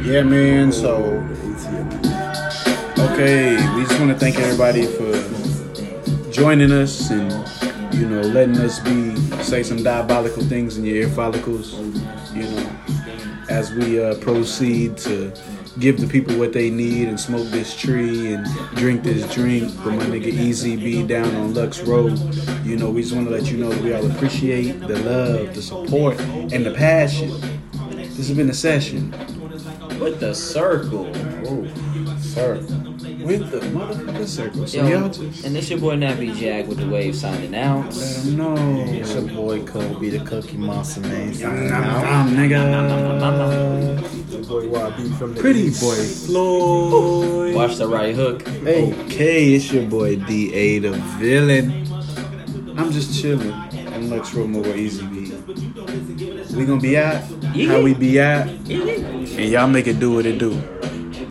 Yeah, man. So, okay, we just want to thank everybody for joining us and you know letting us be say some diabolical things in your ear follicles. You know, as we uh, proceed to give the people what they need and smoke this tree and drink this drink with my nigga Easy B down on Lux Road. You know, we just want to let you know that we all appreciate the love, the support, and the passion. This has been a session. With the circle. Oh, sir. With the motherfucking circle. So Yo, y'all just and it's your boy Nappy Jag with the wave signing out. let 'em know. It's your boy Kobe, the Cookie Monster man. signing out. Nom, nom, nigga. Your boy YB from the Pretty East. boy Floyd. Watch the right hook. Hey, Okay, it's your boy DA the villain. I'm just chilling. I'm Lex Romo with Easy B. We gonna be out how we be out, and y'all make it do what it do.